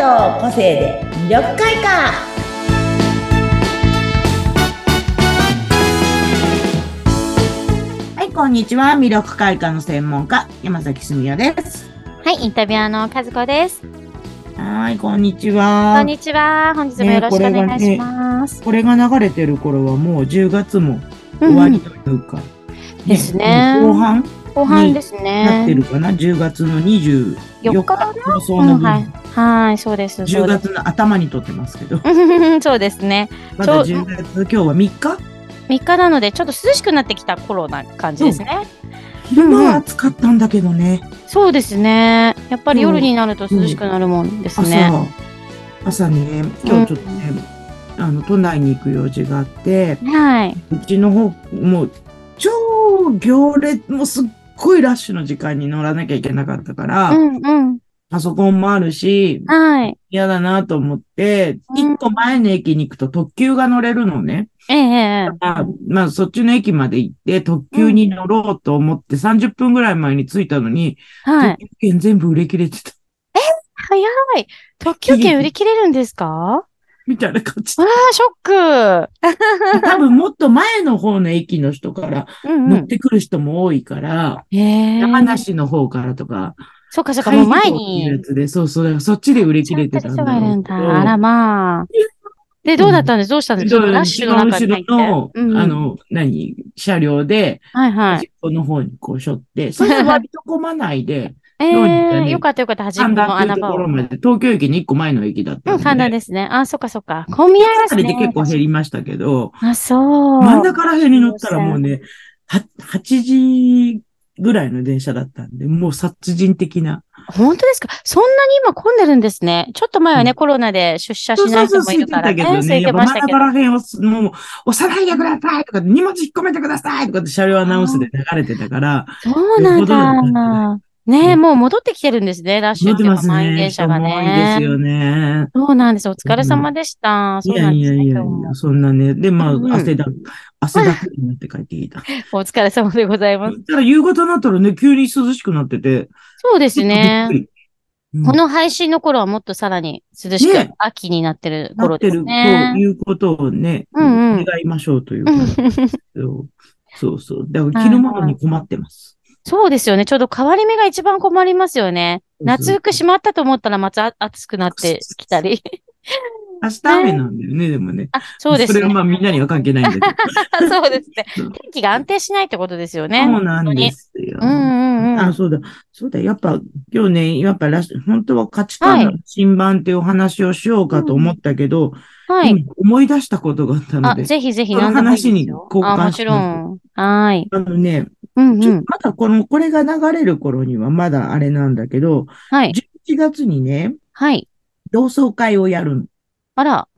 の個性で魅力開花はい、こんにちは。魅力開花の専門家、山崎すみやです。はい、インタビュアーの和子です。はい、こんにちこはん。にちは。本日もよろしくお願いします。これが流れてる頃はもう10月も終わりというか。ですねもう後半後半ですなってね。るかな、?10 月の24 4日日か放送な、のうん、は分い。はい、そうです。そ10うです。月の頭に撮ってますけど、そうです ね。まだちょ10月、今日は3日3日なので、ちょっと涼しくなってきた頃な感じですね。昼間うんはうん暑かったんだけどね、そうですね。やっぱり夜になると涼しくなるもんです朝、ね。朝ね、今日ちょっとね、あの、都内に行く用事があって、はい。うちの方、もう、超行列、もうすっごいラッシュの時間に乗らなきゃいけなかったから、うんうん。パソコンもあるし、はい。嫌だなと思って、うん一個前の駅に行くと特急が乗れるのね。えええあまあ、そっちの駅まで行って、特急に乗ろうと思って、30分ぐらい前に着いたのに、えはい。特急券全部売り切れてた。早い。特急券売り切れるんですかみたいな 感じあ。ら、ショック。多分もっと前の方の駅の人からうんう乗っん。てくる人も多いから、ええ山梨の方からとか、そうかそうか、もう前に海外の。やつで、そうそう、だからそっちで売り切れてたんだちゃんと人がいろるうんけだ。ど。あらまあ。で、どうだったんですどうしたんですかラッシュの中に入って。後ろうんの、あ、の、何、車両で、はいはい。端っこの方にこうしょって、それで割と混まない で、えどうにかー、ねよかったよかった、端っこ神田っのていう穴と場こを。ろうまで、東京駅に1個前の駅だったん、神田ですね。あ、そっかそっか。混み合いますあれで結ね。構減りましたけど、あ、そう。真ん中ら辺に乗ったらもうね、は8時ぐらいの電車だったんで、もう殺人的な。本当ですかそんなに今混んでるんですね。ちょっと前はうね、んコロナで出社しそうなそいうそ人う、空いもいるてかたらけね。ど空ね。やいってぱま真しんた中けど。ら辺はす、もう、押さないでくださいとか、荷物引っ込めてくださいとかって車両アナウンスで流れてたから、そうなよんほどなだ。ねえ、もう戻ってきてるんですね、ラッシュ乗っってていうまか、す満ね。員電人車がも多いですよね。ね。そうなんです。お疲れ様でした。いそうやなんいでやすね、いやい今日もや、そんなね。で、まうんうんあ、汗だ、汗だくになって帰ってきた。お疲れ様でございますそ。したら夕方になったらね、急に涼しくなってて、そうですねび。っくり。うんこの配信の頃はもっとさらに涼しねく秋になってるな頃ってでるすとね。いうことをね、うんう願んいましょうという感じですけど、そうそう。だから着るものに困ってます。そうですよね。ちょうど変わり目が一番困りますよね。夏服しまったと思ったらまた暑くなってきたり。明日雨なんだよね、でもね。あ、 そうですそれはね。まあみんなには関係ないんだけど。そうですね。そう天気が安定しないってことですよね。そうなんですよ。本当に。うんうんうあ、ん。そうだ。そうだ。やっぱ、今日ね、やっぱラス、本当は価値観の新版っていうお話をしようかと思ったけど、はい。今思い出したことがあったのあ、で、ぜひぜひこの何でもいいですよ話に交換あ、もちろん。はい。あのね、うんちうょん。まだこの、これが流れる頃にはまだあれなんだけど、はい。 11月にね、はい。同窓会をやるのあら、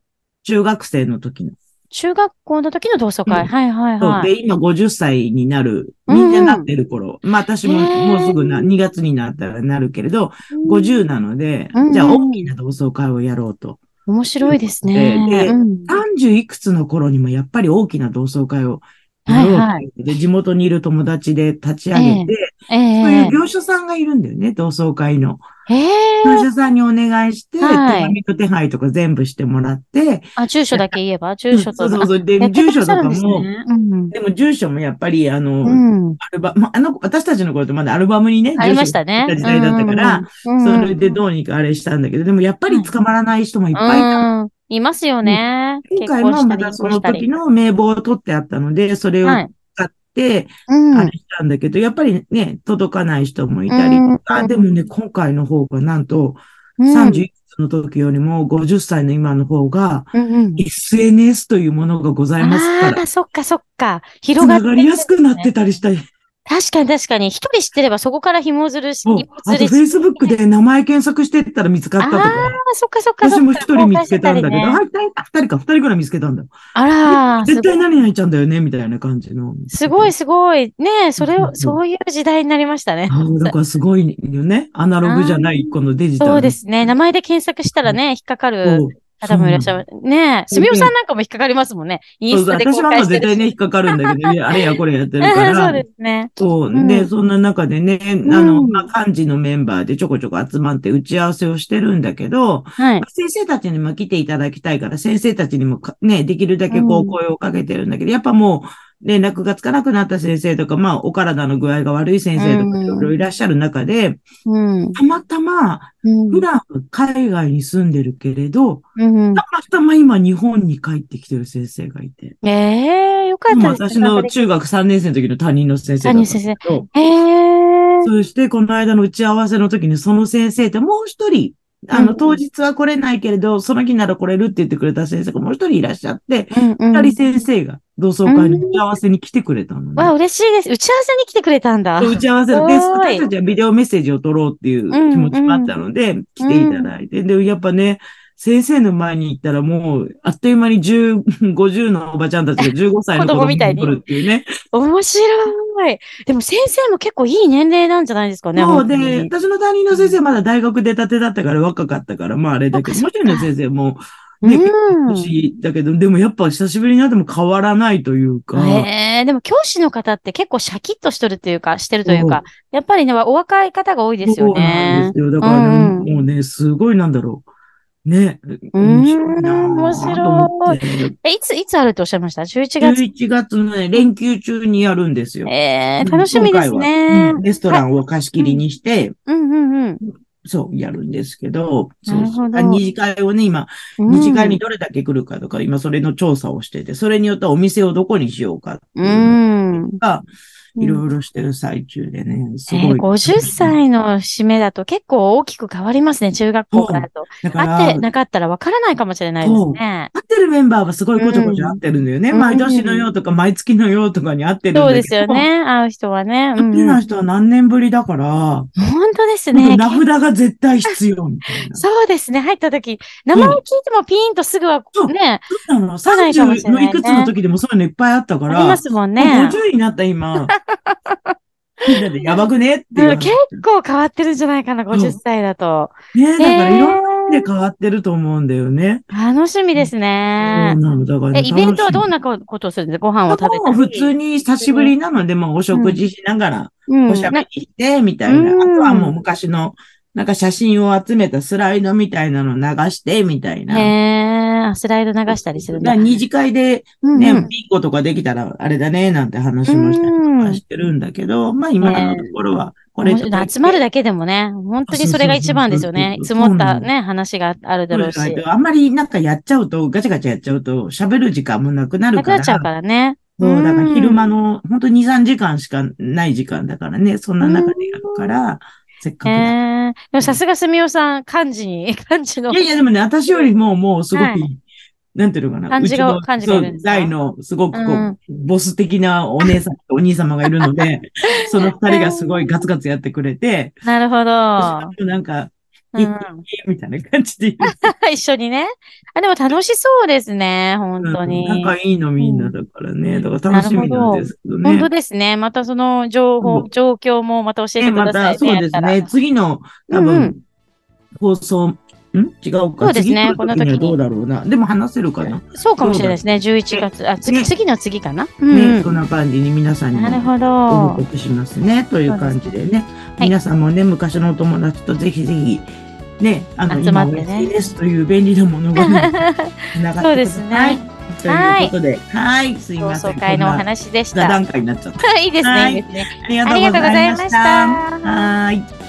中学生の時の。中学校の時の同窓会。うんはいはいそう。はで、い。今50歳になる、うんみうんんななってる頃。まあ私もへーもうすぐな、2月になったらなるけれど、50なのでうんう、んじゃあ大きな同窓会をやろうと。面白いですね。ででうん30いくつの頃にもやっぱり大きな同窓会をやろうはいはってで、地元にいる友達で立ち上げて、えそういえう業者さんがいるんだよね、同窓会の。ええ業者さんにお願いして、手はい紙と手配とか全部してもらって、あ、住所だけ言えば住所そと。うそうそう。あやで、ってら住っし所とゃかるんですも、ね。うんでも住所もやっぱり、あの、うん。アルバム、あの、私たちの頃ってまだアルバムにね、ありましたね。住所が入った時代だったから、うんうんうん、それでどうにかあれしたんだけど、でもやっぱり捕まらない人もいっぱいいた。うんいますよね。今回結婚もしたまりだ離そ婚のした時り。の名簿を取ってあったので、それをはい。使って、うん。あれしたんだけど、やっぱりね、届かない人もいたりうんうとんか、でもね、今回の方がなんと、うん30いくつの時よりも50歳の今の方が、うんうん SNS というものがございますかあら、あ、そっかそっか。つ広がなってるがんりでやすすねくなってたりしたり。確かに確かに。一人知ってればそこから紐づるし、そう紐あづと、り Facebook で名前検索してったら見つかっあたとか。あ、そっかそっかそ私っか。も一人見つけたんだけど、交あ、換してたりね二人あ二人か、二人ぐらい見つけたんだ。あらー、す絶ご対い何々ちゃんだよね、みたいな感じの。すごいすごい。ねえ、それうんうを、んそういう時代になりましたね。あだからすごいよね。アナログじゃない、このデジタル。そうですね。名前で検索したらね、引っかかるそう方もいらっしゃる。ねえ、すみおさんなんかも引っかかりますもんね。インそうスそうタで私公はも開うして絶る対ね、引し。っかかるんだけど、い やあれやこれやってるかそうらで。すね。そう。うで、んそんな中でね、んあの、まあ、幹事のメンバーでちょこちょこ集まって打ち合わせをしてるんだけど、はい。先生たちにも来ていただきたいから、先生たちにもかね、できるだけこううん声をかけてるんだけど、やっぱもう、連絡がつかなくなった先生とか、まあ、お体の具合が悪い先生とか、うんいろいろいらっしゃる中で、うん。たまたま、うん普段海外に住んでるけれど、うん。たまたま今日本に帰ってきてる先生がいて。ええよかっもたうですね。私の中学3年生の時の担任の先生だったんですけど。ええそして、この間の打ち合わせの時に、その先生ともう一人、あうの、ん当日は来れないけれど、その日なら来れるって言ってくれた先生がもう一人いらっしゃって、うんうん。二人先生が同窓会の打ち合わせに来てくれたのわあ、ね。嬉しいです。打ち合わせに来てくれたんだ。で打ち合わせすで、ごい私たちはビデオメッセージを撮ろうっていう気持ちもあったので、来ていただいて、で、やっぱね、先生の前に行ったらもう、あっという間に10、50のおばちゃんたちが15歳の子子供供みにたいに来るっていうね。面白い。でも先生も結構いい年齢なんじゃないですかね。そう本当で、に私の担任の先生まだ大学出たてだったから若かったから、まああれだけど、そもっちかろんの先生も、ね、結う構ん。年だけど、でもやっぱ久しぶりになっても変わらないというか、ええでも教師の方って結構シャキッとしとるというか、してるというか、やっぱりね、お若い方が多いですそうよなんでねす。よ。だからね、うんうんもうね、すごいなんだろう。ね、ん面白いなぁ面白いと思って。え、いつ、いつあるっておっしゃいました ?11 月。 11月のね、連休中にやるんですよ。ええうん楽しみです今回はねうん。レストランを貸し切りにして、うんうんそう、やるんですけど、そうなるほどあ二次会をね、今、うん。二次会にどれだけ来るかとか、今それの調査をしてて、それによってお店をどこにしようかってういうのん。うん。が、いろいいろしてる最中でね、すごえい。 50歳の締めだと結構大きく変わりますね、中学校からだと。だか会っらて、なかったらわからないかもしれないですね。合ってるメンバーはすごいごちゃごちゃ合ってるんだよね。うん毎年のようとか、毎月のようとかに合ってるんだけど。そうですよ。ね、会う人はね。う合っんてうん、ない人は何年ぶりだから、本当ですほんとね。名札が絶対必要みたい な。そうですね、入った時、名前を聞いてもピーンとすぐはそうね、そうなの。来ないかもし30れなのいねいくつの時でもそういうのいっぱいあったかありら、ますもんもうね。 50になった 今、みんなでやばくねっていううん話。結構変わってるんじゃないかな、50歳だと。ねだからいろんなへで変わってると思うんだよね。ー楽しみですそうな。ねの。だからえ、ね、イベントはど楽しんなことをするんですかご飯をみ食べもたり。う普通に久しぶりなので、まあお食事しながら、うんおしゃべりして、みたいな。あうんとはもう昔の、なんか写真を集めたスライドみたいなの流して、みたいなな。へーあスライド流したりするんだだ。から二次会でうんね、うビんンゴとかできたらあれだね、なんて話もしたりとかしてるんだけど、まあ今のところは、これ面白い集まるだけでもね、本当にそれが一番ですよね。そうそ積うそうそうもったね、話があるだろうし。そうですあんまりなんかやっちゃうと、ガチャガチャやっちゃうと、喋る時間もなくなるなくかなら。っちゃうからね。そう、だから昼間の。の、本当2、3時間しかない時間だからね、そんな中でやるから、せっかくだかええでもさすがすみおさん、漢字に、 漢字のら。い。やいや、でもね、私よりももうすごく、はなんていうのかな、感じがうちの感じがいるんですかそう、大のすごくこう、うんボス的なお姉さんとお兄様がいるの で、その二人がすごいガツガツやってくれて、なるほ私 ども。なんか、ういいん、 みたいな感じで言う一緒にね。あ、でも楽しそうですね。本当に。仲いいのみんなだからね、だから楽しみなんですけどね。本当ですね。またその情報そ、う状況もまた教えねてくだまさた、いそうですね。。次の、多うんう分ん、放送、ん違うか。そうですね次来る時にはどうだろうな。でも話せるかな。やったらそうかもしれないですね。11月。あ、次、ね次の次かな。うんうね、んそんな感じに皆さんになるもほご報ど。告しますね。という感じでね。はい皆さんもね、昔のお友達とぜひぜひ、ね、あの、集ま今っおてね安いですという便利なものが ね、繋がってくださいそうですね。ということで、はい、すい同ません。窓会のおこんな話でし座た。談会になっちゃった。 いいですはね、いいいですね。ありがあとうりがごとうござざいまいまし。したた。はーい。